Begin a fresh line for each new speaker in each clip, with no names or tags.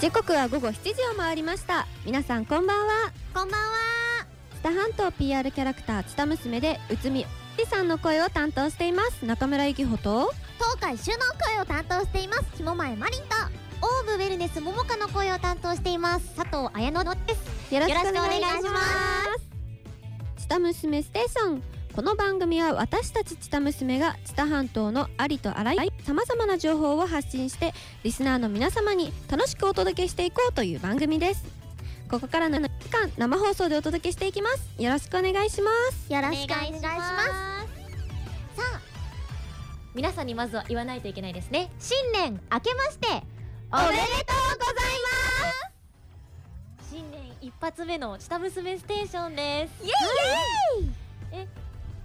時刻は午後7時を回りました皆さんこんばんは
こんばんは
知多半島 PR キャラクター知多娘でうつみりさんの声を担当しています中村ゆきほと
東海収納声を担当していますひもまえまりんとオーブウェルネスももかの声を担当しています佐藤綾乃です
よろ
よろしくお願いします
す知多娘ステーションこの番組は私たち知多娘が知多半島のありとあらゆるさまざまな情報を発信してリスナーの皆様に楽しくお届けしていこうという番組ですここからの1時間生放送でお届けしていきますよろしくお願いします
よろ
ろ
し
し
くお
くお
願い
願い
し
し
ま
ます
さあ
皆さんにまずは言わないといけないですね
新年明けましておめでとうございます
新年一発目の下娘ステーションです
イエイイエイ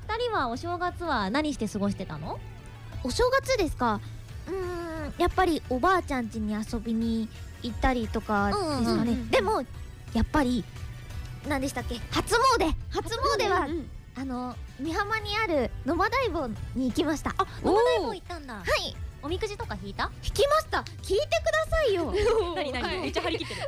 二人はお正月は何して過ごしてたの
お正月ですかうーんやっぱりおばあちゃん家に遊びに行ったりとかですかね、
うんうんうん
でもやっぱり何でしたっけ初詣初詣は、
うんうん
あの美浜にある野間大坊に行きましたあ
おー
もう行ったんだ
はい
おみくじとか引いた
引きました聞いてください よ
何何、めっちゃ張り切ってる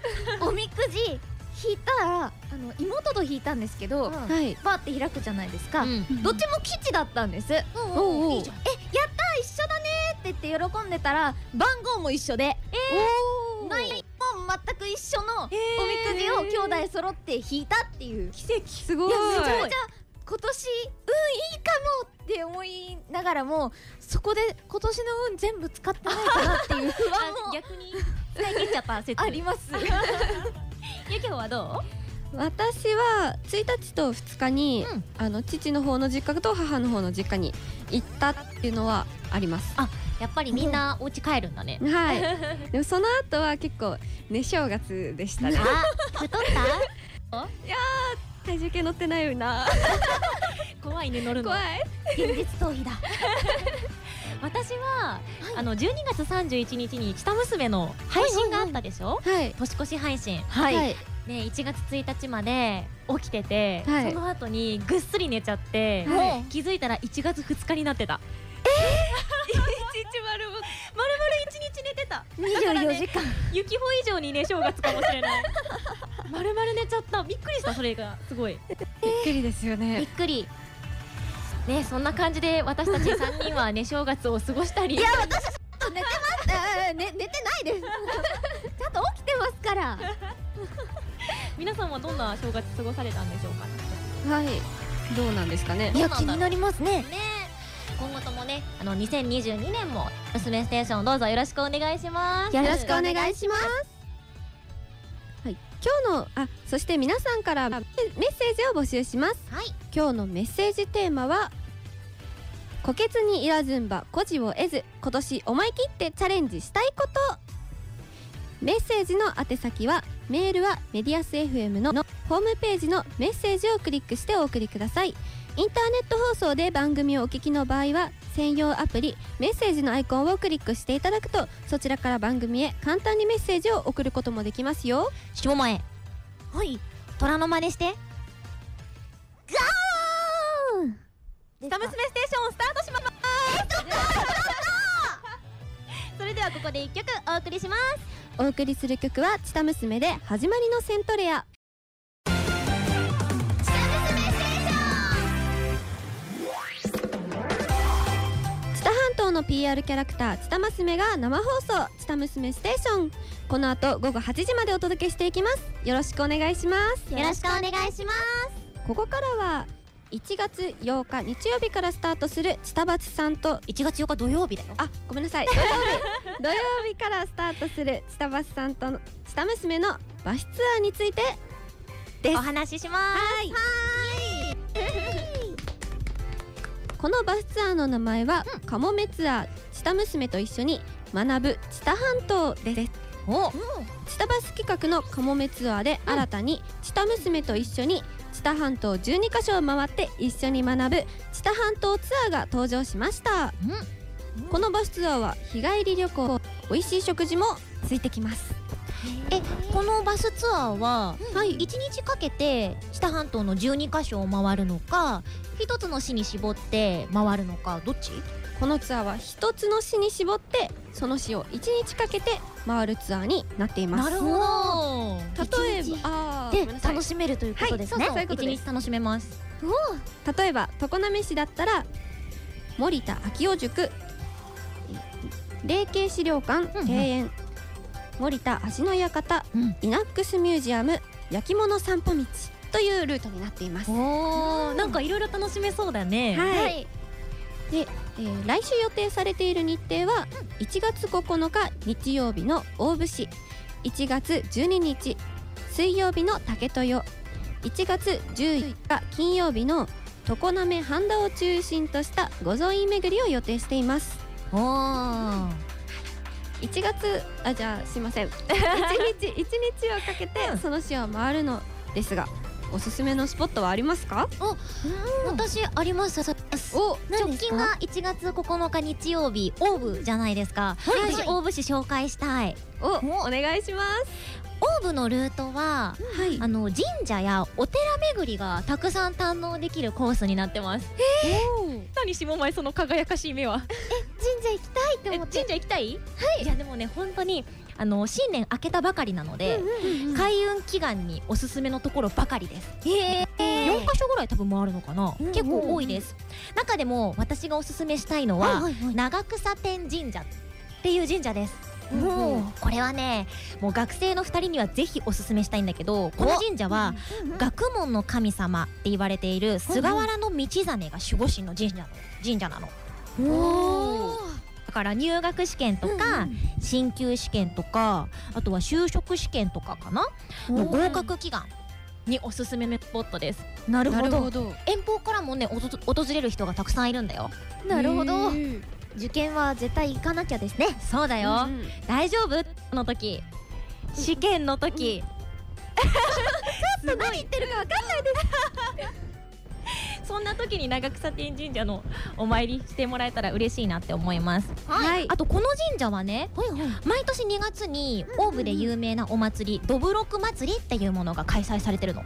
おみくじ引いたらあの妹と引いたんですけど、
うん
はい
バーって開くじゃないですか、どっちも吉だったんです、
おうおう
いいじゃん
えやったー一緒だねーって言って喜んでたら番号も一緒で
おー
内容も全く一緒のおみ
ー
くじを兄弟揃って引いたっていう、
奇跡
すご
い
い
やめちゃめちゃ今年運いいかもって思いながらもそこで今年の運全部使ってないかなっていう不安
あ
も
逆に使い切っちゃった説
あります
ゆきほはど
私は1日と2日に、
うん
あの父の方の実家と母の方の実家に行ったっていうのはあります。
うやっぱりみんなお家帰るんだね
はい。でもその後は結構ね正月でしたね。
あ、太った
体重計乗ってないよな。
怖いね乗るの
怖い。
現実逃避だ
私は、あの12月31日に下娘の配信があったでしょ、
はい。
年越し配信
はい
はい。
ね、1月1日まで起きてて、
はい
その後にぐっすり寝ちゃっ
は
て、
い
も
気づいたら1月2日になってたえ 一日丸々丸々一日寝てた
う24時間
雪穂以上にね正月かもしれ ない丸々寝ちゃったびっくりしたそれがすごい
びっくりですよ
びっ
ね。
くりねそんな感じで私たち3人はね正月を過ごしたり
いや私ちょっと寝てます、ね、寝てないです ちゃんと起きてますから
皆さんはどんな正月過ごされたんでしょうか
はい。どうなんですかね
い。や
そう
気
なんだ
になりますね
ね今後ともねあの2022年も「娘ステーション」どうぞよろしくお願いします
よろしくお願いします。はい。今日のあそして皆さんからメッセージを募集します。
はい
今日のメッセージテーマは「虎穴にいらずんば孤児を得ず今年思い切ってチャレンジしたいこと」メッセージの宛先はメールはメディアス FM のホームページのメッセージをクリックしてお送りくださいインターネット放送で番組をお聞きの場合は専用アプリメッセージのアイコンをクリックしていただくとそちらから番組へ簡単にメッセージを送ることもできますよ
下前
はい
虎の真似して
で
下娘ステーションスタートしますそれではここで一曲お送りします
お送りする曲は「チタ娘」で「始まりのセントレア」知多半島の PR キャラクター知多娘が生放送「知多娘ステーション」この後午後8時までお届けしていきますよろしくお願いします
よろしくお願いします
ここからは1月8日日曜日からスタートする知多バツさんと
1月4日土曜日だよ
あごめんなさい土曜日土曜日からスタートする知多バスさんとの知多娘のバスツアーについてです
お話しします
はい。このバスツアーの名前は、カモメツアー知多娘と一緒に学ぶ知多半島です。
お
知多バス企画のカモメツアーで新たに知多娘と一緒に知多半島12カ所を回って一緒に学ぶ知多半島ツアーが登場しました。このバスツアーは日帰り旅行、美味しい食事もついてきます。
えこのバスツアーは
はい
1日かけて下半島の12カ所を回るのか1つの市に絞って回るのかどっち
このツアーは一つの市に絞ってその市を1日かけて回るツアーになっています
なるほ
おー
例え
一日
ばあーごめんな
で
さい
楽しめるということです
は
ね
いそうそうそういうこと
一
です
日楽しめます
例えば常滑市だったら森田昭夫塾霊系資料館
うんうん
庭園、森田足の館、
うん
イナックスミュージアム焼き物散歩道というルートになっています、
おーなんかいろいろ楽しめそうだね
はい
い
えー来週予定されている日程は1月9日日曜日の大府市1月12日水曜日の竹豊1月14日金曜日の常滑半田を中心とした御蔵院巡りを予定しています
おー
1月あじゃあすいません1日1日を かけて
うん
その市を回るのですがおすすめのスポットはありますか
私あります
お
直近が1月9日日曜日オーブじゃないですか、
はい
私オーブ市紹介したい
おお願いします
オーブのルートは
はい
あの神社やお寺巡りがたくさん堪能できるコースになってます何下前その輝かしい目は
神社行きたいと
え
思って
神社行きたいはいいやでもね本当にあの新年明けたばかりなので、開運祈願におすすめのところばかりです
へえ
4箇所ぐらい多分回るのかな、
うん
結構多いです、中でも私がおすすめしたいのは、
はいはい
長草天神社っていう神社です
うん
もうこれはねもう学生の2人にはぜひおすすめしたいんだけどこの神社は学問の神様って言われている菅原道真が守護神の神社神社なの
おお
だから入学試験とか進級試験とかあとは就職試験とかかなの合格祈願におすすめのスポットですなる
なるほど
遠方からもねおと訪れる人がたくさんいるんだよ
なるほど
うん
受験は絶対行かなきゃですね
そうだよ、
うん
大丈夫の時試験の時 ちょっと何言ってるか分かんないです そんな時に長草天神社のお参りしてもらえたら嬉しいなって思います
はい
あとこの神社はね毎年2月にオーブで有名なお祭りどぶろく祭りっていうものが開催されてるの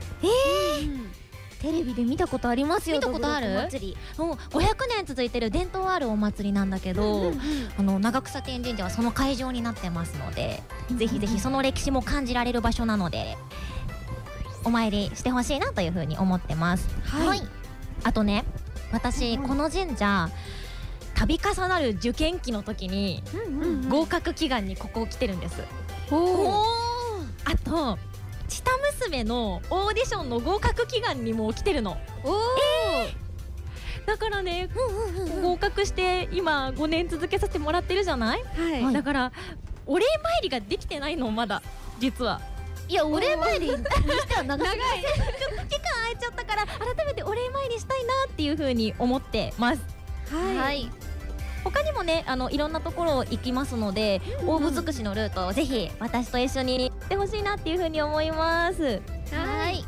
テレビで見たことありますよ
見たことある
どぶろく祭り
もう500年続いてる伝統あるお祭りなんだけど、あの長草天神社はその会場になってますので、ぜひぜひその歴史も感じられる場所なのでお参りしてほしいなというふうに思ってます、
はい
あとね私
うん
この神社度重なる受験期の時に
うん
合格祈願にここを来てるんです
おー
あとチタ娘のオーディションの合格祈願にも来てるの
おー
だからね合格して今5年続けさせてもらってるじゃない
はい
だからお礼参りができてないのまだ実はい
やお礼参りにしては長い
期間空いちゃったから改めてお礼参りしたいなっていうふうに思ってます
はい
い
他にもねあのいろんなところ行きますので、大ぶ尽くしのルートをぜひ私と一緒に行ってほしいなっていうふうに思います
はい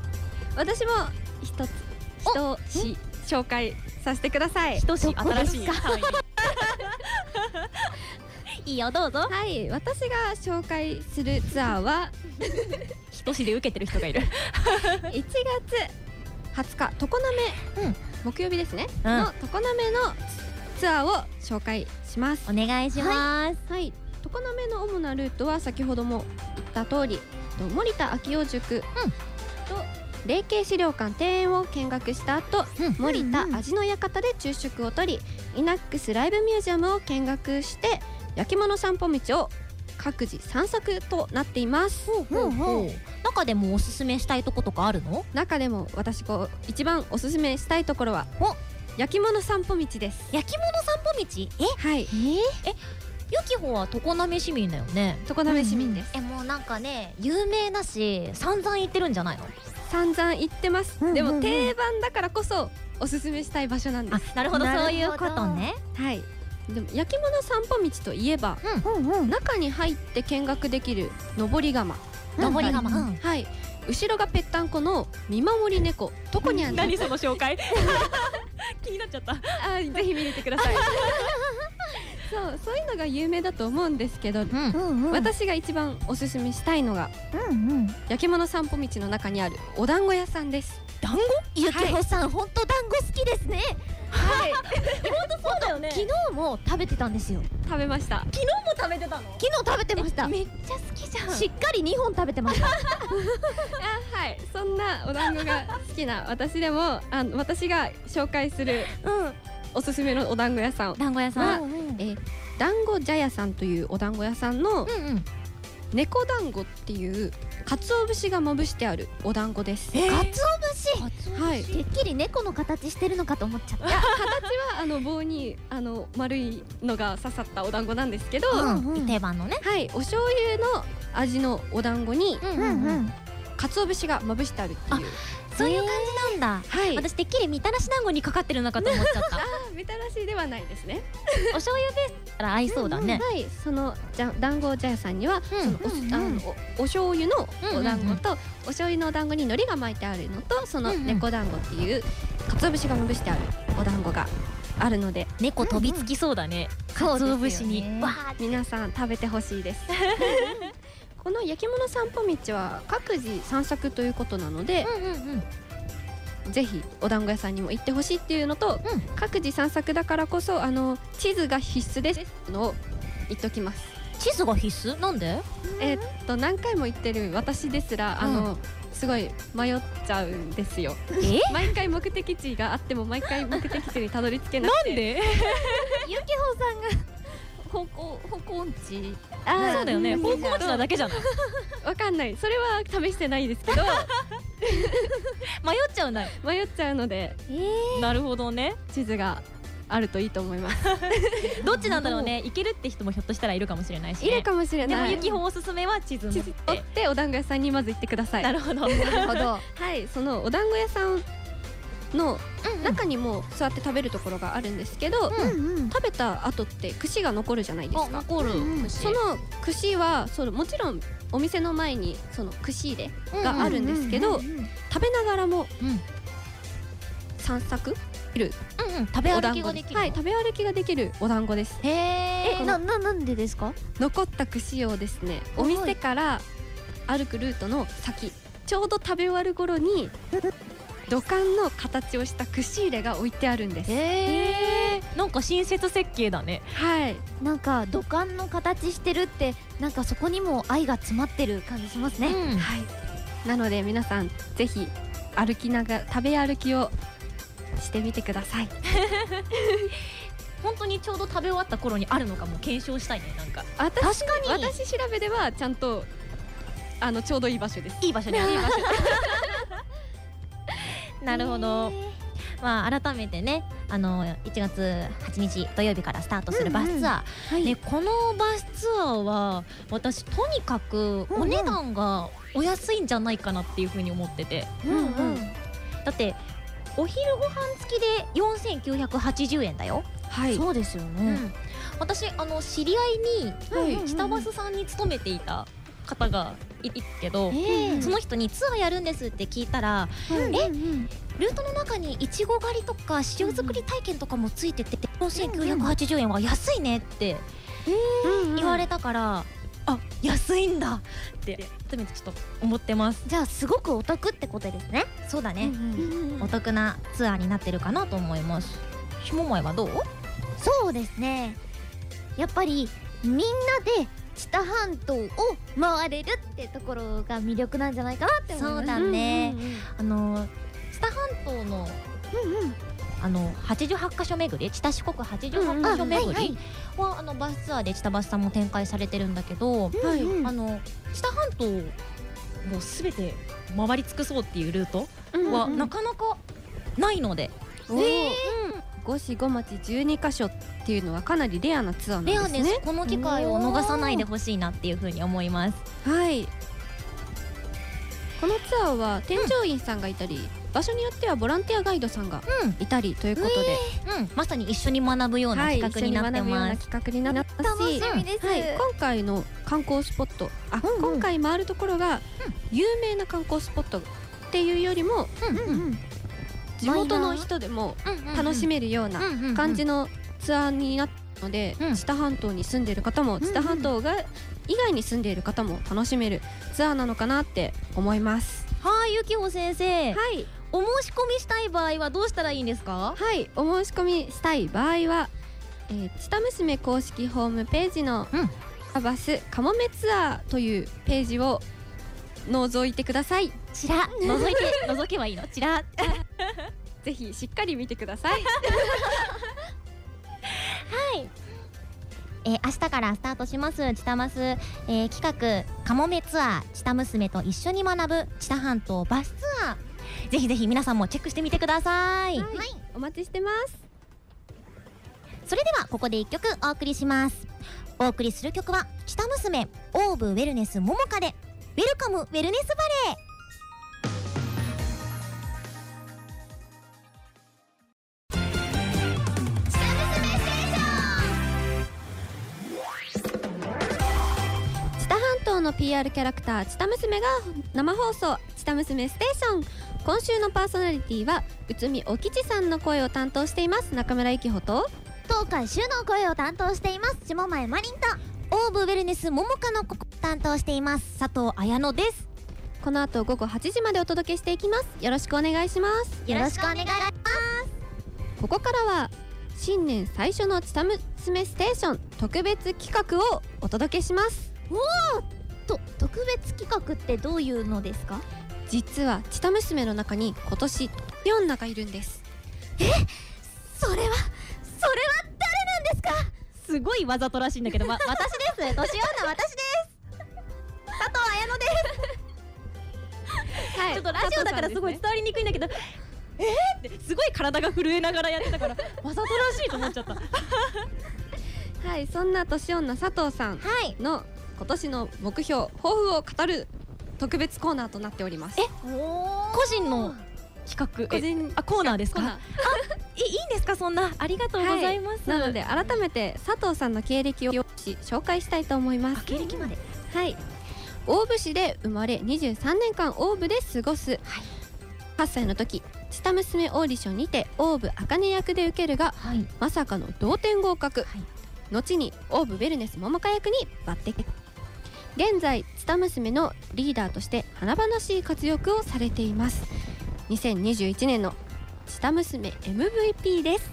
私も一つ一し紹介させてください
等しい
どこで
新
す
しい
か
範囲 いいよどうぞ
はい私が紹介するツアーは
等しいで受けてる人がい る
1月20日常滑、
うん
木曜日ですね、
うん
の常滑のツアーを紹介します
お願いします、
はい常滑の主なルートは先ほども言った通りと森田昭夫塾
うん
と霊系資料館庭園を見学した後、
うん
森
うんうん
田味の館で昼食をとりイナックスライブミュージアムを見学して焼き物散歩道を各自散策となっています。
ほうほう中でもおすすめしたいとことかあるの
中でも私こう一番おすすめしたいところは焼き物散歩道です
焼き物散歩道え
はい
ユキホは常滑市民だよね
常滑市民です、
えもうなんかね有名だし散々行ってるんじゃないの
散々行ってます、
うんうんうん
でも定番だからこそおすすめしたい場所なんです
なる
ほど
そういうことね
はいでも焼き物散歩道といえば
うんうん
中に入って見学できる上り窯
なるほど
登り窯、
うん
はい後ろがぺったんこの見守り猫トコニャンです
その紹介 気になっちゃった
あーぜひ見れてくださいそうそういうのが有名だと思うんですけど、
うん
うんうん
私が一番おすすめしたいのが
うんうん
焼き物散歩道の中にあるお団子屋さんです
団子ゆきほさん、ほんと団子好きですね
はい
そうだよね
昨日も食べてたんですよ
食べました
食べてたの
昨日食べてました
めっちゃ好きじゃ
しっかり2本食べてました
あはいそんなお団子が好きな私でもあの私が紹介する
うん
おすすめのお団子屋さん
団子屋さん
うんうん
え団子茶屋さんというお団子屋さんの
うんうん
猫団子っていう鰹節がまぶしてあるお団子です
えかつ
あそう
はい
お節てっきり猫の形してるのかと思っちゃっ
いや形はあの棒にあの丸いのが刺さったお団子なんですけど、
う
は
ん定番のね
いお醤油の味のお団子に
う
たうんうん
鰹節がまぶしてあるっていう
そういう感じなんだ
はい
私てっきりみたらし団子にかかってるのかと思っちゃった
みたらしではないですね
お醤油ベースから合いそうだね
はいそのじゃ団子茶屋さんには、
うん
そのおす
うんうん
あのおお醤油のお団
うんうん
子
うん
と、お醤油のお団子に海苔が巻いてあるのとその
うんうん
猫団子っていう鰹節がまぶしてあるお団子があるので
猫飛びつきそうだね
そうですよ
鰹
ね
節にわー
皆さん食べてほしいです この焼き物散歩道は各自散策ということなので、
うんうんうん
ぜひお団子屋さんにも行ってほしいっていうのと、
うん
各自散策だからこそあの地図が必須ですのを言っときます
地図が必須なんで
えーっと何回も言ってる私ですらあの、すごい迷っちゃうんですよ
え
毎回目的地があっても毎回目的地にたどり着 けなくてなんで
ゆきほさんが方向方向音痴
あー
そうだよね
ん
方向地なだけじゃない
わかんないそれは試してないですけど
迷っちゃうな
迷っちゃうので
えー
なるほどね
地図があるといいと思います。
どっちなんだろうね行けるって人もひょっとしたらいるかもしれない し
い
ね
るかもしれ
でも
ない。
ゆきほおすすめは地図持
地図
って
取ってお団子屋さんにまず行ってください。
なるほ
な
ど
るほど
はい、そのお団子屋さんの
なんか
中にも座って食べるところがあるんですけど、
うん
うん
食べた後って串が残るじゃないですか。
残る
うん
その串はそのもちろんお店の前にその串入れがあるんですけど、
うんうんうんうん
食べながらも
うん
散策
うんうん食べ
お
歩
団
き
子
が
で
ですきる
はい食べ歩きができるお団子です。
へ
え
え
なななんでですか
残った串をですね
は
お
い
店から歩くルートの先ちょうど食べ終わる頃に土管の形をした串入れが置いてあるんです、
へーなんか親切設計だね
はい
なんか土管の形してるってなんかそこにも愛が詰まってる感じしますね、
うん
はいなので皆さんぜひ歩きながら食べ歩きをしてみてください
本当にちょうど食べ終わった頃にあるのかも検証したいねなんか
私
確かに
私調べではちゃんとあのちょうどいい場所です
いい場所にある なるほ
へ
ど
ー
まあ改めてねあの1月8日土曜日からスタートするバスツアー、
は
ね、このバスツアーは私とにかく
うんうん
お値段がお安いんじゃないかなっていうふうに思ってて
うんうん
だってお昼ご飯付きで4980円だよ、
はい
そうですよね、
私あの知り合い
はい
に下バスさんに勤めていた方がいるけど、
ええ
その人にツアーやるんですって聞いたら
うん
え
うん
ルートの中にいちご狩りとか塩作り体験とかもついてて4980円は安いねって言われたから、あ安いんだって改めてちょっと思ってます
じゃあすごくお得ってことですね
そうだ
うん
ね、
うん
お得なツアーになってるかなと思いますひももえはどう
そうですねやっぱりみんなで知多半島を回れるってところが魅力なんじゃないかなって思います
そうだねあの知多半島の
うんうん
あの88箇所巡り知多四国88
うん
箇
う
所
ん
巡りはあのバスツアーで知多バスさんも展開されてるんだけど、
んはい
うん
あの知多半島もうすべて回り尽くそうっていうルート
うん
は
うん
なかなかないので、
おー五市五町12カ所っていうのはかなりレアなツアーなん
レ
で
ア
すね
ですこの機会を逃さないでほしいなっていうふうに思います
はいこのツアーは添乗員さんがいたり、場所によってはボランティアガイドさんが
うん
いたりということで、
うん、まさに一緒に学ぶような
はい
企画になって
一緒に学ぶよう
ま
な
す。
企画になったし
楽しみです、
はい、今回の観光スポットあ、
うんうん
今回回るところが有名な観光スポットっていうよりも
うん
うんうん
地元の人でも楽しめるような
め
感じのツアーになっので、
うん
知多半島に住んでる方も知多半島が以外に住んでいる方も楽しめるツアーなのかなって思います。
はいゆきほ先生、
はい、
お申し込みしたい場合はどうしたらいいんですか
はい、お申し込みしたい場合は、えー、知多娘公式ホームページの
うん
「アバスかもめツアー」というページを覗いてください。
ちら覗いて 覗けばいいのちら
ぜひしっかり見てください。
えー明日からスタートします「ちたます」えー企画「かもめツアーちた娘と一緒に学ぶちた半島バスツアー」ぜひぜひ皆さんもチェックしてみてください、
はいお待ちしてます。
それではここで1曲お送りしますお送りする曲は「ちた娘オーブウェルネスももか」で「ウェルカムウェルネスバレー」
知多半島の PR キャラクター知多娘が生放送「知多娘ステーション」今週のパーソナリティは内海お吉さんの声を担当しています中村ゆきほと
東海州の声を担当しています下前マリンとオーブウェルネスももかのこ担当しています佐藤彩乃です
この後午後8時までお届けしていきますよろしくお願いします
よろしくお願いします
ここからは新年最初の知多娘ステーション特別企画をお届けします
と特別企画ってどういうのですか
実は知多娘の中に今年4ナがいるんです
それはそれは誰なんですか
すごいわざとらしいんだけど、ま、私です年女私です佐藤彩乃です、
は
ちょっとラジオだからすごい伝わりにくいんだけどえーってすごい体が震えながらやってたからわざとらしいと思っちゃったは
はいそんな年女佐藤さん
い
の今年の目標抱負を語る特別コーナーとなっております
え
お
個人の企
個
画え
人
あコーナーです
コーナ
かえいいんですかそんなありがとうございます、
ーなので改めて佐藤さんの経歴を紹介したいと思いま
あ
す
経歴まで
はい大府市で生まれ23年間大府で過ごす、8歳の時知多娘オーディションにて大府茜役で受けるが
はい
まさかの同点合格、
はい
後にオーブウェルネス桃花役に抜擢現在ツタ娘のリーダーとして華々しい活躍をされています2021年のツタ娘 MVP です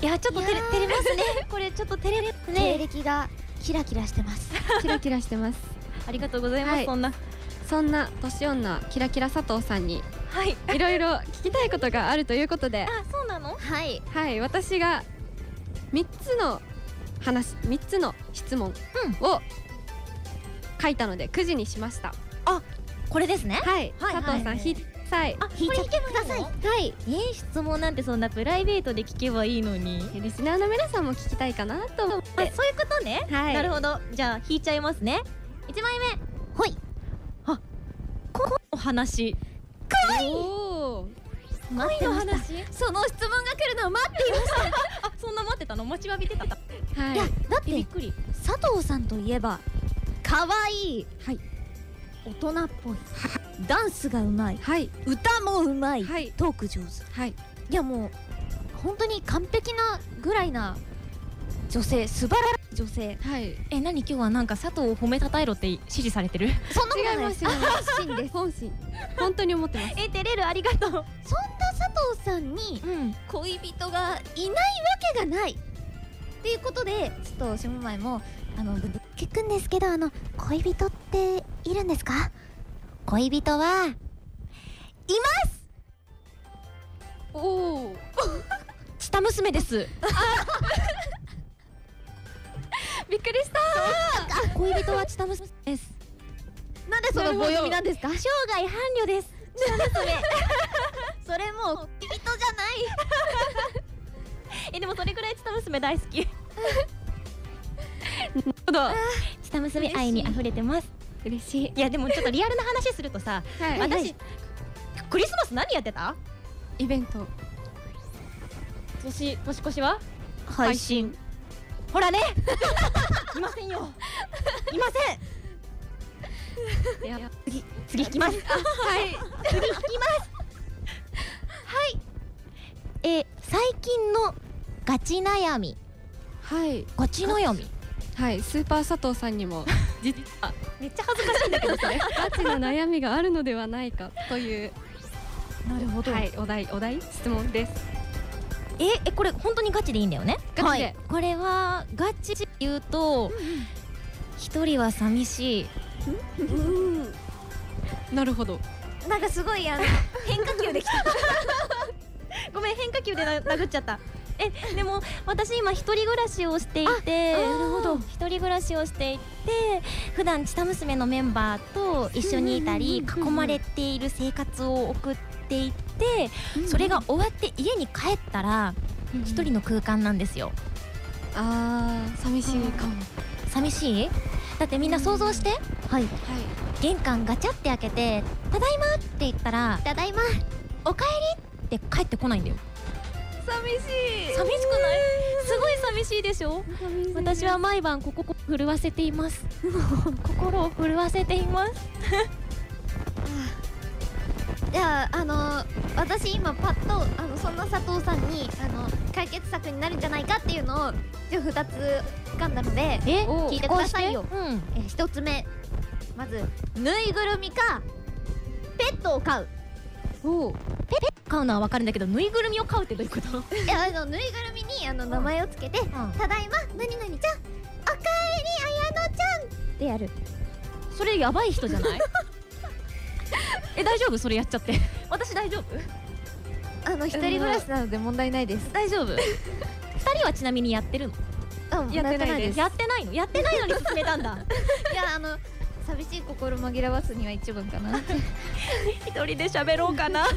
いやちょっと照れ
いやー
照れますねこれちょっと照れます
経
ね
歴がキラキラして ます
キラキラしてます
ありがとうございます、
はい
そんな
そんな年女キラキラ佐藤さんに
はい
いろいろ聞きたいことがあるということで
あそうなの
はい
はい私が3つの話3つの質問を書いたので9時にしました
これですね
はい、
はい
佐藤さ
は
ん、
い
ひはい、
あ
引いちゃってください
はい、
えー、質問なんてそんなプライベートで聞けばいいのに
リスナーの皆さんも聞きたいかなと思っ
あ
て、
そういうことね、
はい、
なるほどじゃあ引いちゃいますね一枚目ほいあこお話
おー
待ってましたその質問が来るのを待っていまし
あそんな待ってたの待ちわびてた
はい
いやだっ
えびってくり
佐藤さんといえば可愛い
はい
大人っぽいダンスがうまい
はい、
歌もうまい、
はい
トーク上手
はい、
いやもう本当に完璧なぐらいな女性素晴らしい女性
はい、違い
え何今日はなんか佐藤を褒めたたえろって指示されてる
そんなことない
ま、
ですす
違います、本心です、本心、本当に思ってます。
え照れるありがと
そ
う
んな佐藤さんに
うん
恋人がいないわけがないっていうことでちょっと下前もあのぶぶ聞くんですけどあの恋人っているんですか
恋人は
おお、
チタ娘です
びっくりした。
恋人はチタムス
です
なんでその棒読みなんですか生涯伴侶ですチタムス それもう恋人じゃない
えでもそれくらいチタ娘大好き
ほど、
チタ娘愛に溢れてます
嬉しい。
いやでもちょっとリアルな話するとさ
はい、
はい
私クリスマス何やってた
イベント、
年年越しは
配
信ほ らねいませんよいませ
い
ん
や
次次引きます
はい、
次引きますはいえー最近のガチ悩み
はい
ガチ悩み
はいスーパー佐藤さんにも実は
めっちゃ恥ずかしいんだけどそれ
ガチな悩みがあるのではないかという
なるほ
はいお題お題質問です
ええこれ本当にガチでいいんだよね
ガチで
はいこれはガチで言うと一人は寂しい
うんなるほど
なんかすごいあの変化球できた
ごめん変化球でな殴っちゃったえでも私今一人暮らしをしていて
ああーなるほど
一人暮らしをしていて普段ちた娘のメンバーと一緒にいたり
うんうんうんうん
囲まれている生活を送っていてそれが終わって家に帰ったら一人の空間なんですよ
あー寂しいかも
寂しいだってみんな想像しては
は
い
い
玄関ガチャって開けて「ただいま」って言ったら
ただいま
「おかえり」って帰ってこないんだよ
寂し
寂しくないすごい寂しいでしょ私は毎晩こここ震わせています 心を震わせています
いじゃああの私今パッとあのそんな佐藤さんにあの解決策になるんじゃないかっていうのをじゃあ2つ浮かんだので
え
聞いてくださいよ
うん
えー一つ目まずぬいぐるみかペットを飼う
おう
買うのはわかるんだけどぬいぐるみを買うってどういうこと、
いやあのぬいぐるみにあの名前をつけて「ただいま何々ちゃんおかえりあやのちゃん」ってやる
それやばい人じゃ ないえ大丈夫それやっちゃって私大丈夫
あの一人暮らしなので問題ないです
大 丈夫二人はちなみにやってるの
うん
やってないです
や
やってないのやってないのに勧めたんだ
いやあの寂しい心紛らわすには一文かない
一人で喋ろうかな
やい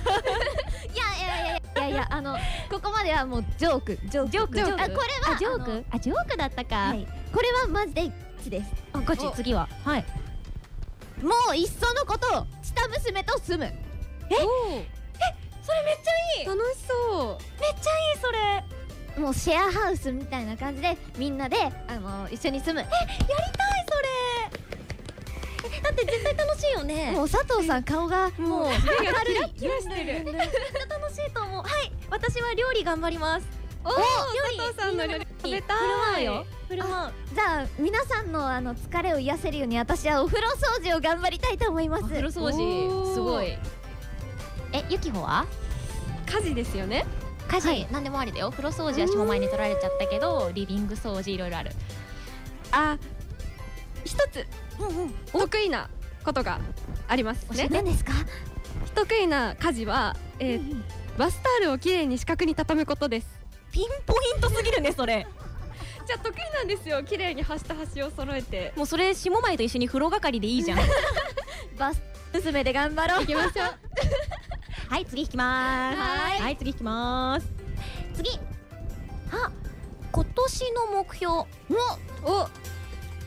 やいやいやいやあのここまではもうジョークジョーク
ジョーク
ジョーク
あこれは
あジョー
あの
クあジョークだったか、
はいこれはマジで一致です
あガチ
お
次ははい
もういっそのことチタ娘と住む
おう
それめっちゃい
楽しそう
いいそれ
もうシェアハウスみたいな感じでみんなであの一緒に住む
だって絶対楽しいよね
もう佐藤さん顔がもう明 るい
キラしてる
絶対楽しいと思うはい私は料理頑張ります
おお佐藤さんの料理食べたい
振る舞うよ振る舞う
じゃあ皆さんのあの疲れを癒せるように私はお風呂掃除を頑張りたいと思います
お風呂掃
お
除
ー
すごいえゆきほは
家事ですよね
家事、何でもありだよ風呂掃除はしも前に取られちゃったけどリビング掃除いろいろある
あ一つ得意なことがありますね
何ですか
不得意な家事は、えーバスタオルをきれいに四角に畳むことです
ピンポイントすぎるねそれ
じゃあ得意なんですよ綺麗に端と端を揃えて
もうそれ下前と一緒に風呂係でいいじゃん
バス娘で頑張ろう
いきましょう
はい次引きます
はーい
はい次引きます
次
あ今年の目標
お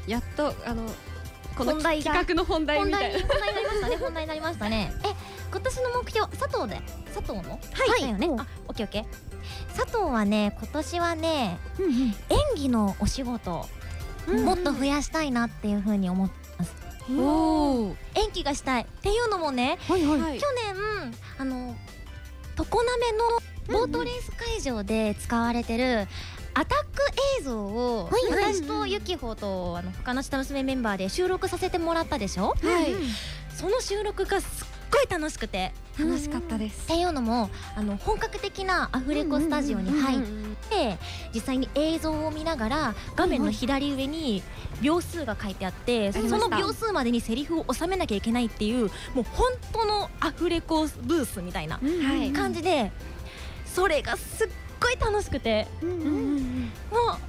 やっとあのこの
本題
企
が
画の本題
本
みた
題
いな
に本題になりましたね本題になりましたねえ今年の目標佐藤で佐藤のはいだよねあオッケーオッケー佐藤はね今年はね演技のお仕事もっと増やしたいなっていうふうに思ってます
おお
演技がしたいっていうのもね
はいはい、
去年あの常滑のボートレース会場で使われてるアタック映像を
はいはい
私とユキホとあの他の下娘メンバーで収録させてもらったでしょ
はい
その収録がすっごい楽しくて
楽しかったで
っ
す
ていうのもあの本格的なアフレコスタジオに入って実際に映像を見ながら画面の左上に秒数が書いてあっ
りま
て
した
その秒数までにセリフを収めなきゃいけないっていうもう本当のアフレコブースみたいな
はい
感じでそれがすっごい楽しくてもう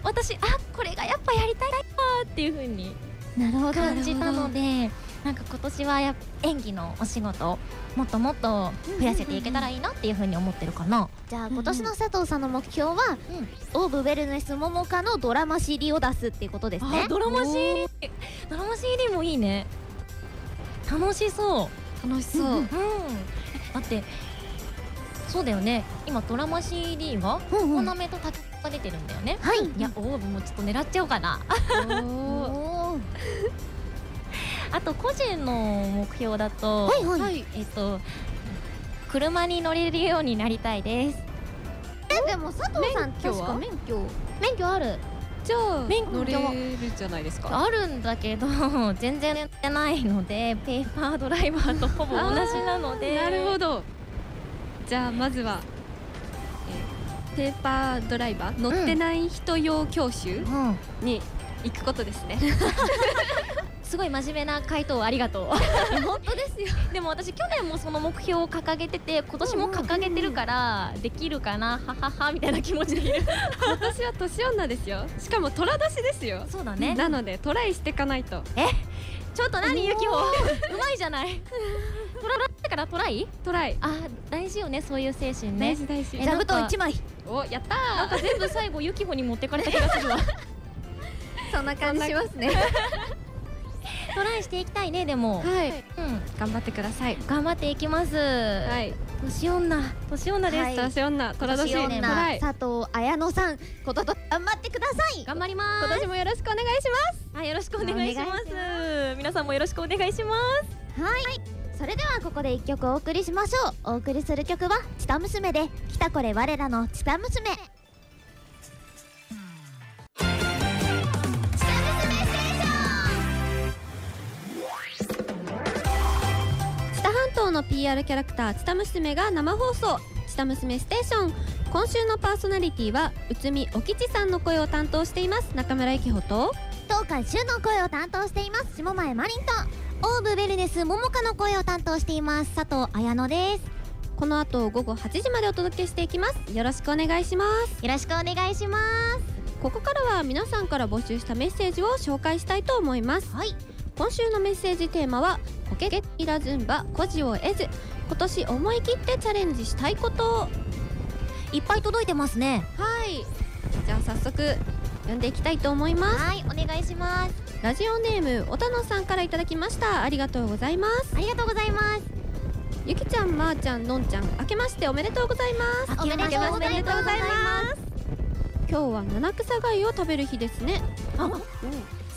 私あこれがやっぱやりたいなっていう風に
なるほど
感じたのでなんか今年はやっぱ演技のお仕事をもっともっと増やせていけたらいいなっていう風に思ってるかな。
じゃあ今年の佐藤さんの目標は、
うん
オーブウェルネス桃花のドラマ CD を出すっていうことです
あ
ね
ドラマ CD ドラマ CD もいいね楽しそう
楽しそう、
うんえだってそうだよね今ドラマ CD が
うん
コ
うん
ナメとタケが出てるんだよね
はい
いやオーブもちょっと狙っちゃおうか な
お
おー
ああと個人の目標だと、
はいは
ー
い、
はい
えっと車に乗れるようになりたいです
えでも佐藤さん
免許
確
は
か免許免許ある
じゃあ
免許
乗れるじゃないですか
あるんだけど 全然やってないのでペーパードライバーとほぼ同じなの で
なるほ
ど
どじゃあまずはえーペーパードライバー乗ってない人用教習
うん
に行くことですね、
すごい真面目な回答ありがとう 本当ですよ でも私去年もその目標を掲げてて今年も掲げてるからできるかなはははみたいな気持ちでいる
私は年女ですよしかも虎年ですよ
そうだね
なのでトライしていかないと
ちょっと何ゆきほ うまいじゃないトラだからトライ
トライ
あ大事よねそういう精神
大
ね
事大事
えなんか
枚
おやった
なんか全部最後ゆきほに持ってかれた気がするわ
そんな感じしますね
トライしていきたいねでも
ーはい
うん
頑張ってください
頑張っていきます、
はい
年女年女です、
はい
年女虎年
年
トラ
女
イ
佐藤綾乃さんことと頑張ってください
頑張ります
今年もよろしくお願いします
あよろしくお願いします
お
皆さんもよろしくお願いしま
それではここで一曲お送りしましょうお送りする曲は「チタ娘」で「きたこれ我らのチタ娘」チタ娘ステーシ
知多半島の PR キャラクター知多娘が生放送知多娘ステーション今週のパーソナリティは内海お吉さんの声を担当しています中村ゆきほと
ョン東海旬の声を担当しています下前マリンとオーブウェルネス桃香の声を担当しています佐藤綾乃です
この後午後8時までお届けしていきますよろしくお願いします
よろしくお願いします
ここからは皆さんから募集したメッセージを紹介したいと思います
はい
今週のメッセージテーマは「コケゲイラズンバ孤児を得ず今年思い切ってチャレンジしたいこと」
いっぱい届いてますね
はいじゃあ早速読んでいきたいと思います
はいお願いします
ラジオネームおたのさんからいただきましたありがとうございます
ありがとうございます
ゆきちゃんまー、ちゃんのんちゃん明けましておめでとうございます
おめでとうございます
おめでとうございます今日は七草貝を食べる日ですね
あ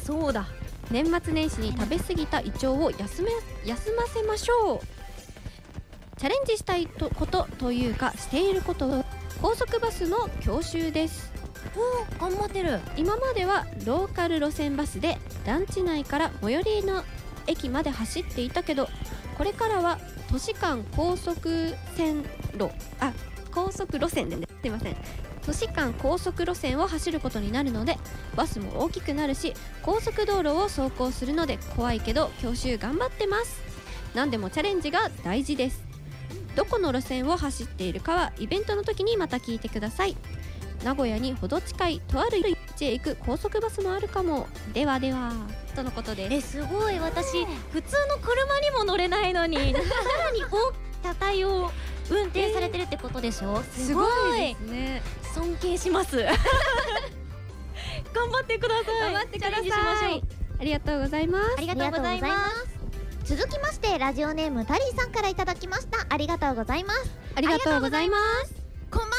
すそうだ
年末年始に食べ過ぎた胃腸を休め休ませましょうチャレンジしたいとことというかしていることは高速バスの教習です
頑張ってる
今まではローカル路線バスで団地内から最寄りの駅まで走っていたけどこれからは都市間高速線路あ高速路線で、ね、すいません都市間高速路線を走ることになるのでバスも大きくなるし高速道路を走行するので怖いけど教習頑張ってます何でもチャレンジが大事ですどこの路線を走っているかはイベントの時にまた聞いてください名古屋にほど近いとある地へ行く高速バスもあるかもではではとのことです
えすごい私普通の車にも乗れないの にさらに大きな体を運転されてるってことでしょ、すごい
すね
尊敬します頑張ってください
頑張ってください
チャレンジしましょ
ありがとうございます
うありがとうございます
す続きましてラジオネームタリーさんからいただきましたありがとうございます
ありがとうございます
こんばんは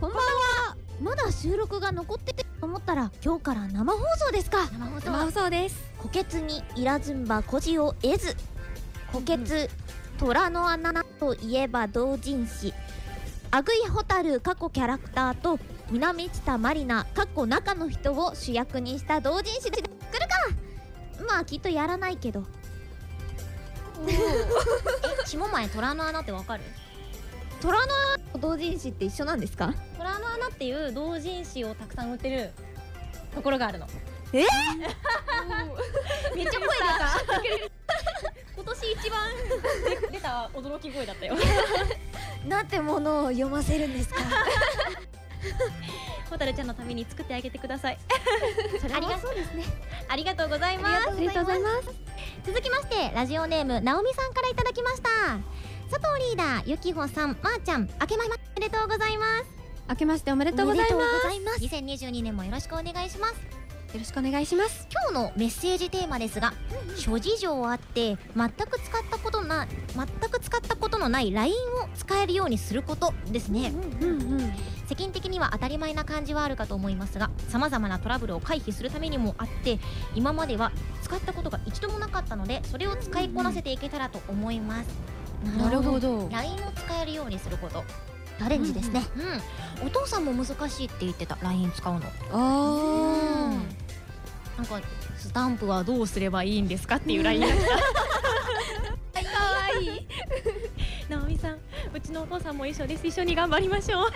こんばんは
まだ収録が残っててと思ったら今日から生放送ですか生放
生放送です
虎穴にいらずんば孤児を得ず虎穴虎の穴といえば同人誌アグイホタル過去キャラクターと南知多まりな過去中の人を主役にした同人誌で作るかまあきっとやらない けど
え下前虎の穴ってわかる
虎の穴と同人誌って一緒なんですか
虎の穴っていう同人誌をたくさん売ってるところがあるの
え
めっちゃ声出た 今年一番出出た驚き声だったよ
なんてものを読ませるんです か
蛍ちゃんのために作ってあげてくださ い
それ
は
そうですね
ありがとうござい
あ
ます
ありがとうございます
続きましてラジオネームなおみさんからいただきました佐藤リーダーゆきほさんまー、ちゃん明けましておめでとうございます
明けましておめで
お
とうございますよ
す2022年もよろしくお願いします
ろしくお願いします
今日のメッセージテーマですが、諸事情あって全く使ったことな全く使ったことのない LINE を使えるようにすることですね、
うんうん
世間的には当たり前な感じはあるかと思いますがさまざまなトラブルを回避するためにもあって今までは使ったことが一度もなかったのでそれを使いこなせていけたらと思います、
なるほど
LINE を使えるようにすることアレンジですね、
うん、お父さんも難しいって言ってた LINE 使うの
あー
なんかスタンプはどうすればいいんですかっていう LINE が来たかわいい直美さんうちのお父さんも一緒です一緒に頑張りましょう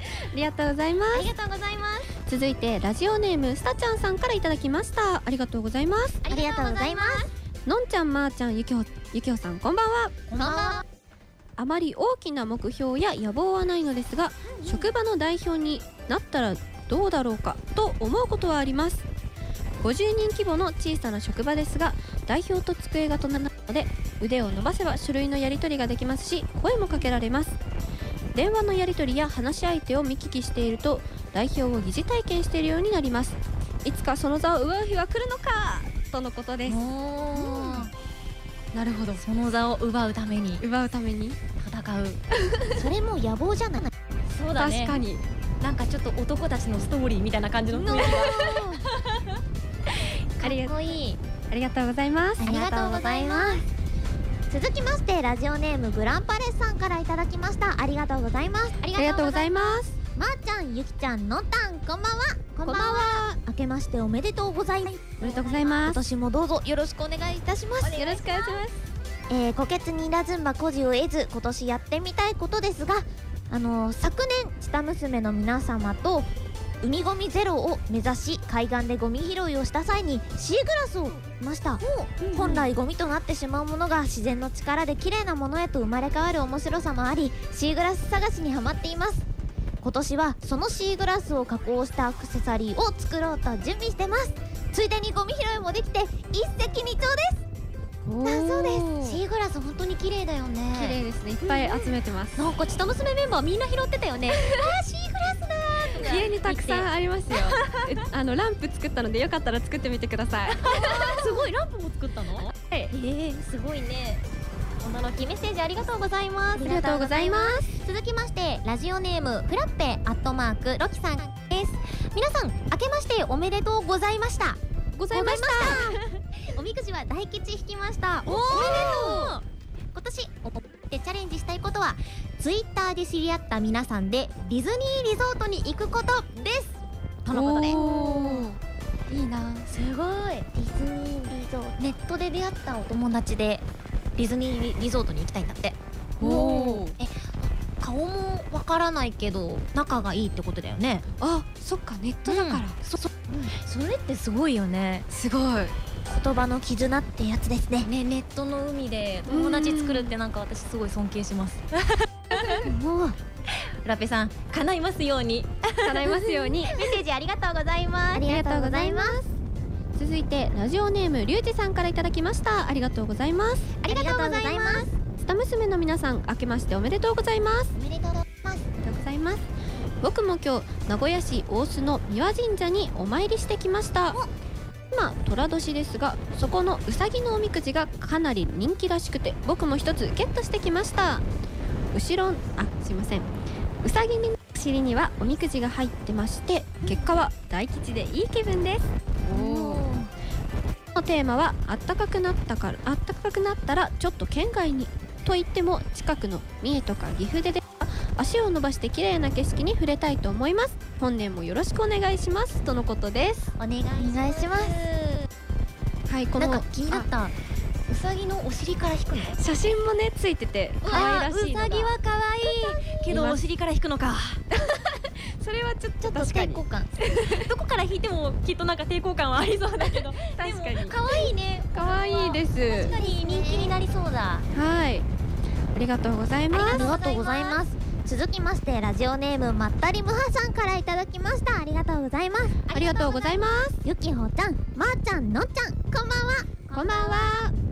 ありがとうございます
ありがとうございます
続いてラジオネームスタちゃんさんからいただきましたありがとうございます
ありがとうございます
のんちゃんまーちゃんゆきょゆきょさんこんばんは
こんばんは
あまり大きな目標や野望はないのですが職場の代表になったらどうだろうかと思うことはあります50人規模の小さな職場ですが代表と机が隣なので腕を伸ばせば書類のやり取りができますし声もかけられます電話のやり取りや話し相手を見聞きしていると代表を疑似体験しているようになりますいつかその座を奪う日は来るのかとのことですなるほど
その座を奪うために
奪うために
戦う
それも野望じゃない
そう
確かに
なんかちょっと男たちのストーリーみたいな感じの 雰
ありが
囲気
かっこいい
ありがとうございます
ありがとうございます続きましてラジオネームグランパレスさんからいただきましたありがとうございますあ
ありがとうございます
まー、ちゃんゆきちゃんのんたんこんばんはこん
こんばん
は明けましておめでとうございます
おめでとうございま
今
す
年もどうぞよろしくお願いいたします
よろしくお願いします
えー、虎穴にラズンバ孤児を得ず今年やってみたいことですが、あのー昨年下娘の皆様と海ゴミゼロを目指し海岸でゴミ拾いをした際にシーグラスを見ました本来ゴミとなってしまうものが自然の力で綺麗なものへと生まれ変わる面白さもありシーグラス探しにハマっています今年はそのシーグラスを加工したアクセサリーを作ろうと準備してますついでにゴミ拾いもできて一石二鳥ですだそうですシーグラス本当に綺麗だよね
綺麗ですねいっぱい集めてます
なんか下娘メンバーみんな拾ってたよねあーシーグラスだーとか
家にたくさんありま すよえあのランプ作ったのでよかったら作ってみてください
すごいランプも作ったの
はい
えー、すごいね驚きメッセージありがとうございます
ありがとうございます
続きましてラジオネームフラッペアットマークロキさんです皆さん明けましておめでとうございました
ございました
おみくじは大吉引きましたおめでとう今年思ってチャレンジしたいことはツイッターで知り合った皆さんでディズニーリゾートに行くことですとのことで
でいいな
すごいディズニーリゾートネットで出会ったお友達でディズニーリゾートに行きたいんだって
おー
え顔もわからないけど仲がいいってことだよね
あそっかネットだから、
うんそそそれってすごいよね
すごい
言葉の絆ってやつですね
ねネットの海で友達作るってなんか私すごい尊敬します
もう
ラペさん叶いますように
叶いますよう に
メッセージありがとうございます
ありがとうございます続いてラジオネームりゅうじさんからいただきましたありがとうございます
ありがとうございます
スタ娘の皆さん明けましておめでとうございます
おめでとうございます
ありがとうございます僕も今日名古屋市大須の三輪神社にお参りしてきました今寅年ですがそこのうさぎのおみくじがかなり人気らしくて僕も一つゲットしてきました後ろあすいませんうさぎの尻にはおみくじが入ってまして結果は大吉でいい気分ですのテーマはあったかくなったからあったかくなったらちょっと県外にと言っても近くの三重とか岐阜でで足を伸ばして綺麗な景色に触れたいと思います本年もよろしくお願いしますとのことです
お願いします
はいこ
なん
の
か気になったうさぎのお尻から引くの
あ写真もねついてて可愛らしいのが
可愛
け
い
ど
ます
お尻から引くのか
それはちょっ
ちょ
と
っと
確か
抵
に
抗感
どこから引いてもきっとなんか抵抗感はありそうだけど
確かに
可愛いね
可愛いです
確かに人気になりそうだ
はいありがとうございます
ありがとうございます続きましてラジオネームまったりむはさんからいただきましたありがとうございます
ありがとうございます
ゆきほちゃんまー、ちゃんのっちゃんこんばんは
こんばんは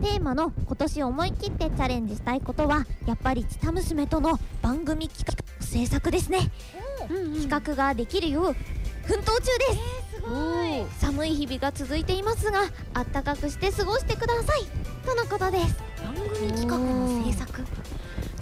テーマの今年思い切ってチャレンジしたいことはやっぱり「ちた娘」との番組企画制作ですね
企
企画ができるよう奮闘中です、
おー
寒い日々が続いていますがあったかくして過ごしてくださいとのことです
番組企画の制作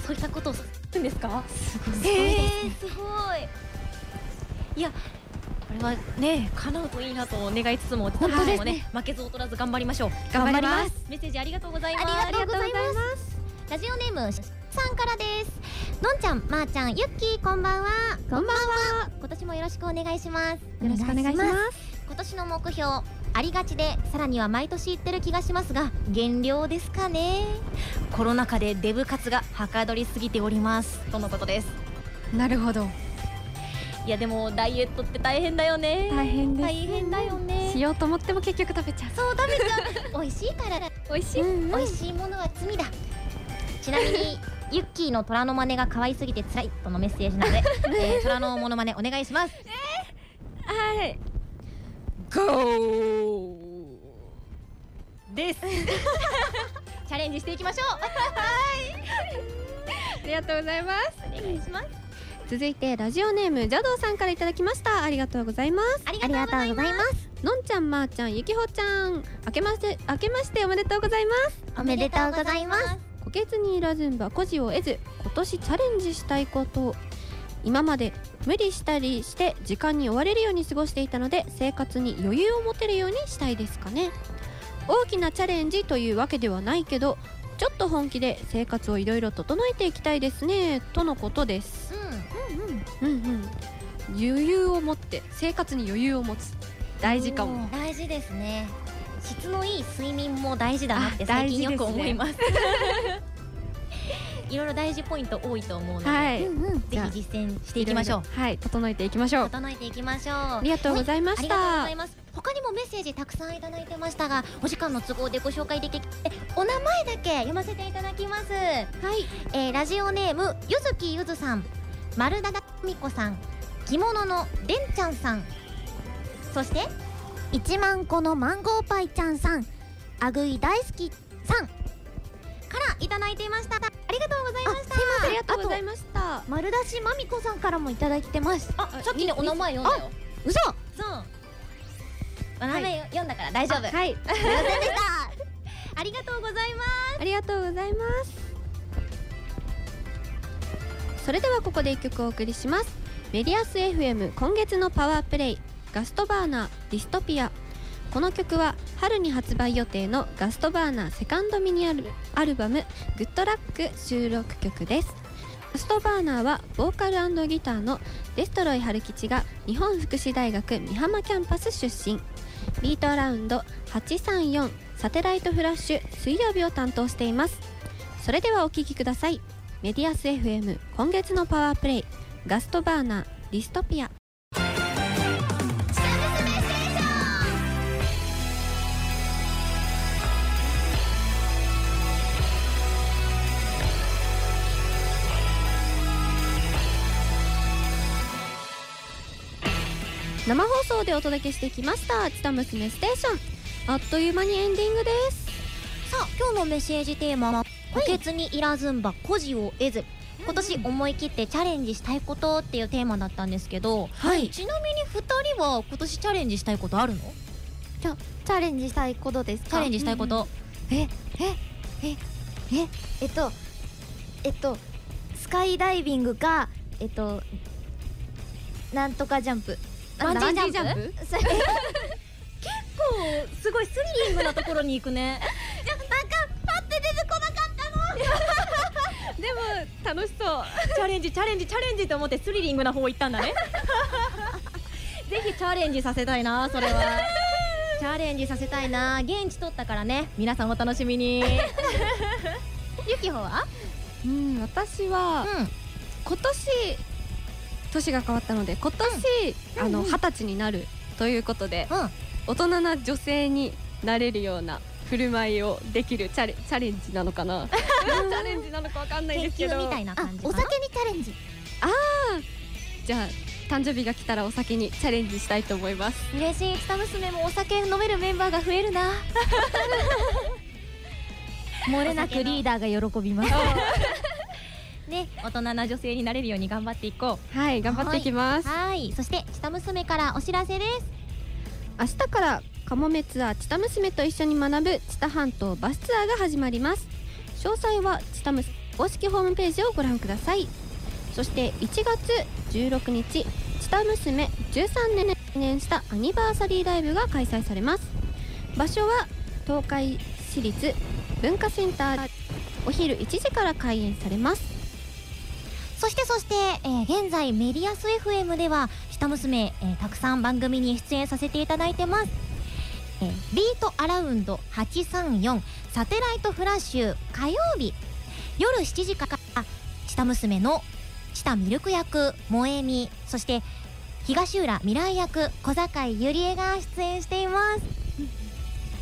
そういったことをするんですかすごい
すごい
これはね叶うといいなと願いつつも本
当ですね
もね負けず劣らず頑張りましょう
頑張ります
メッセージありがとうござい
あ
ます
りがとうございます
ラジオネームしさんからですのんちゃんまー、ちゃんゆっきーこんばんは
こんばんは。
今年もよろしくお願いします
よろしくお願いします。
今年の目標ありがちでさらには毎年言ってる気がしますが減量ですかねコロナ禍でデブ活がはかどりすぎておりますとのことです
なるほど。
いやでもダイエットって大変だよね
大変です
大変だよね
しようと思っても結局食べちゃう。
そう食べちゃう美味しいから美味しい、
うんうん
美味しいものは罪だちなみにユッキーの虎の真似が可愛すぎて辛いとのメッセージなので、えー、虎のモノマネお願いします
はい。
GO! です。チャレンジしていきましょ
ありがとうございます。
う。お願いします。
続いてラジオネームジャドウさんからいただきました。ありがとうございます。
あり
あり
が
が
と
と
う
うご
ござ
ざ
い
いま
ま。
すす
のんちゃん、まー、ちゃん、ゆきほちゃん、明けまして明けましておめでとうございます。
おめでとうございます
こけつにいらずんば孤児を得ず、今年チャレンジしたいこと。今まで無理したりして時間に追われるように過ごしていたので生活に余裕を持てるようにしたいですかね大きなチャレンジというわけではないけどちょっと本気で生活をいろいろ整えていきたいですねとのことですうんうん、余裕を持って生活に余裕を持つ大事か
う
も
ん、大事ですね。質のいい睡眠も大事だなって
あ
最近
大事ですね
よく思います。 いろいろ大事ポイント多いと思うので、
はい、
うんうん
じ
ぜ
ゃあ
ひ実践していきましょう
い。ろいろはい整えていきましょう
整えていきましょう。
あ
あ
りがとうございま
あ
し
りがとうご
た
ざいます。他にもメッセージたくさんいただいてましたが、お時間の都合でご紹介できて、お名前だけ読ませていただきます。
はい
えーラジオネームゆずきゆずさん丸田田美子さん着物のでんちゃんさんそして
1万個のマンゴーパイちゃんさんあぐい大好きさん
からいただいていましたありがとうございました
ありがとうございました
丸出しまみこさんからもいただいてます
あ
あ
さっきねお名前読んだよ
嘘
そうお名前読んだから大丈夫、
あはい
ありがとうございます
ありがとうございますそれではここで一曲お送りしますメディアス FM 今月のパワープレイガストバーナーディストピアこの曲は春に発売予定のガストバーナーセカンドミニアルアルバムグッドラック収録曲ですガストバーナーはボーカルギターのデストロイ春吉が日本福祉大学美浜キャンパス出身ビートラウンド834サテライトフラッシュ水曜日を担当していますそれではお聴きくださいメディアス FM 今月のパワープレイガストバーナーディストピア生放送でお届けしてきました「ちたむすめステーション」あっという間にエンディングです
さあ今日のメッセージテーマは「補欠にいらずんば孤児を得ず」今年思い切ってチャレンジしたいことっていうテーマだったんですけど
はい
ちなみに2人は今年チャレンジしたいことあるの
チャレンジしたいことですか
チャレンジしたいこと、
えっとえっとスカイダイビングかえっとなんとかジャンプ
バンジージャン
プ
それ
結構すごいスリリングなところに行く ね
でも楽しそう
チャレンジチャレンジチャレンジと思ってスリリングな方行ったんだねぜひチャレンジさせたいなそれは チャレンジさせたいな現地取ったからね皆さんお楽しみ にゆきほは
うん私は
う
今年年が変わったので今年、
うん
あ
う
の
んうん
二十歳になるということで、
んうん
大人な女性になれるような振る舞いをできるチャレチャレンジなのか なチャレンジなのかわかんないですけ
研究
ど
みたい な
あ
感じ
お
かな
酒にチャレンジ
じゃあ誕生日が来たらお酒にチャレンジしたいと思います
嬉しい下娘もお酒飲めるメンバーが増えるな
漏れ
なくリー
ダーが喜びます
ね大人な女性になれるように頑張っていこ
はい頑張っていきます
うはいそして下娘からお知らせです
明日からカモメツアーチタ娘と一緒に学ぶ知多半島バスツアーが始まります詳細は知多娘公式ホームページをご覧くださいそして1月16日知多娘13年記念したアニバーサリーライブが開催されます場所は東海市立文化センターお昼1時から開演されます
そしてそして、えー現在メディアス FM では下娘、えーたくさん番組に出演させていただいてます、えービートアラウンド834サテライトフラッシュ火曜日夜7時から下娘の下ミルク役萌えみそして東浦未来役小坂井ゆりえが出演しています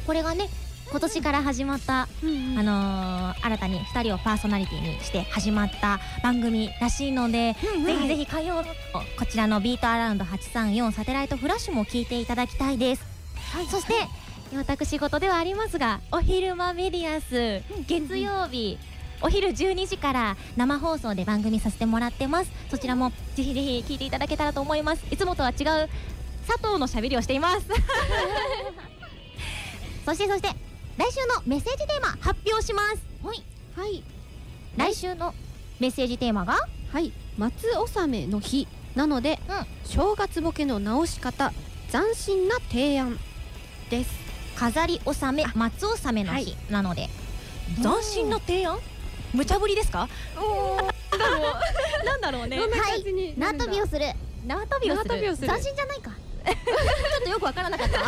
これがね今年から始まったあ
あ
のー新たに2人をパーソナリティにして始まった番組らしいので、ぜひぜひ火曜日のこちらの「ビートアラウンド834サテライトフラッシュ」も聞いていただきたいです、そして私事ではありますがお昼間メディアス月曜日お昼12時から生放送で番組させてもらってますそちらもぜひぜひ聞いていただけたらと思いますいつもとは違う佐藤のしゃべりをしていますそしてそして来週のメッセージテーマ発表しますはい
はい
来週のメッセージテーマが
はい松納めの日なので、
うん
正月ボケの直し方斬新な提案です
飾り納め松納めの
は
日
い
なので、
斬新な
提案無茶ぶりですか なんだろうね
どんな感じに
縄
なるんだ
跳びをする
縄跳びをする
縄跳びをする
斬新じゃないか
ちょっとよくわからなかった は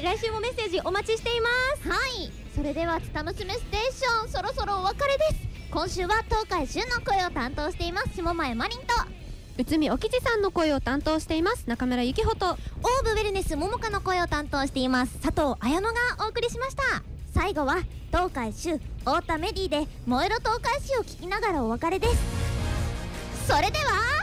い来週もメッセージお待ちしています
はいそれでは「つたむすめステーション」そろそろお別れです今週は東海旬の声を担当しています下前まりんと
内海おきちさんの声を担当しています中村ゆきほと
オーブウェルネスももかの声を担当しています佐藤綾乃が
お送りしました最後は東海州太田メディで「燃えろ東海市」を聞きながらお別れですそれでは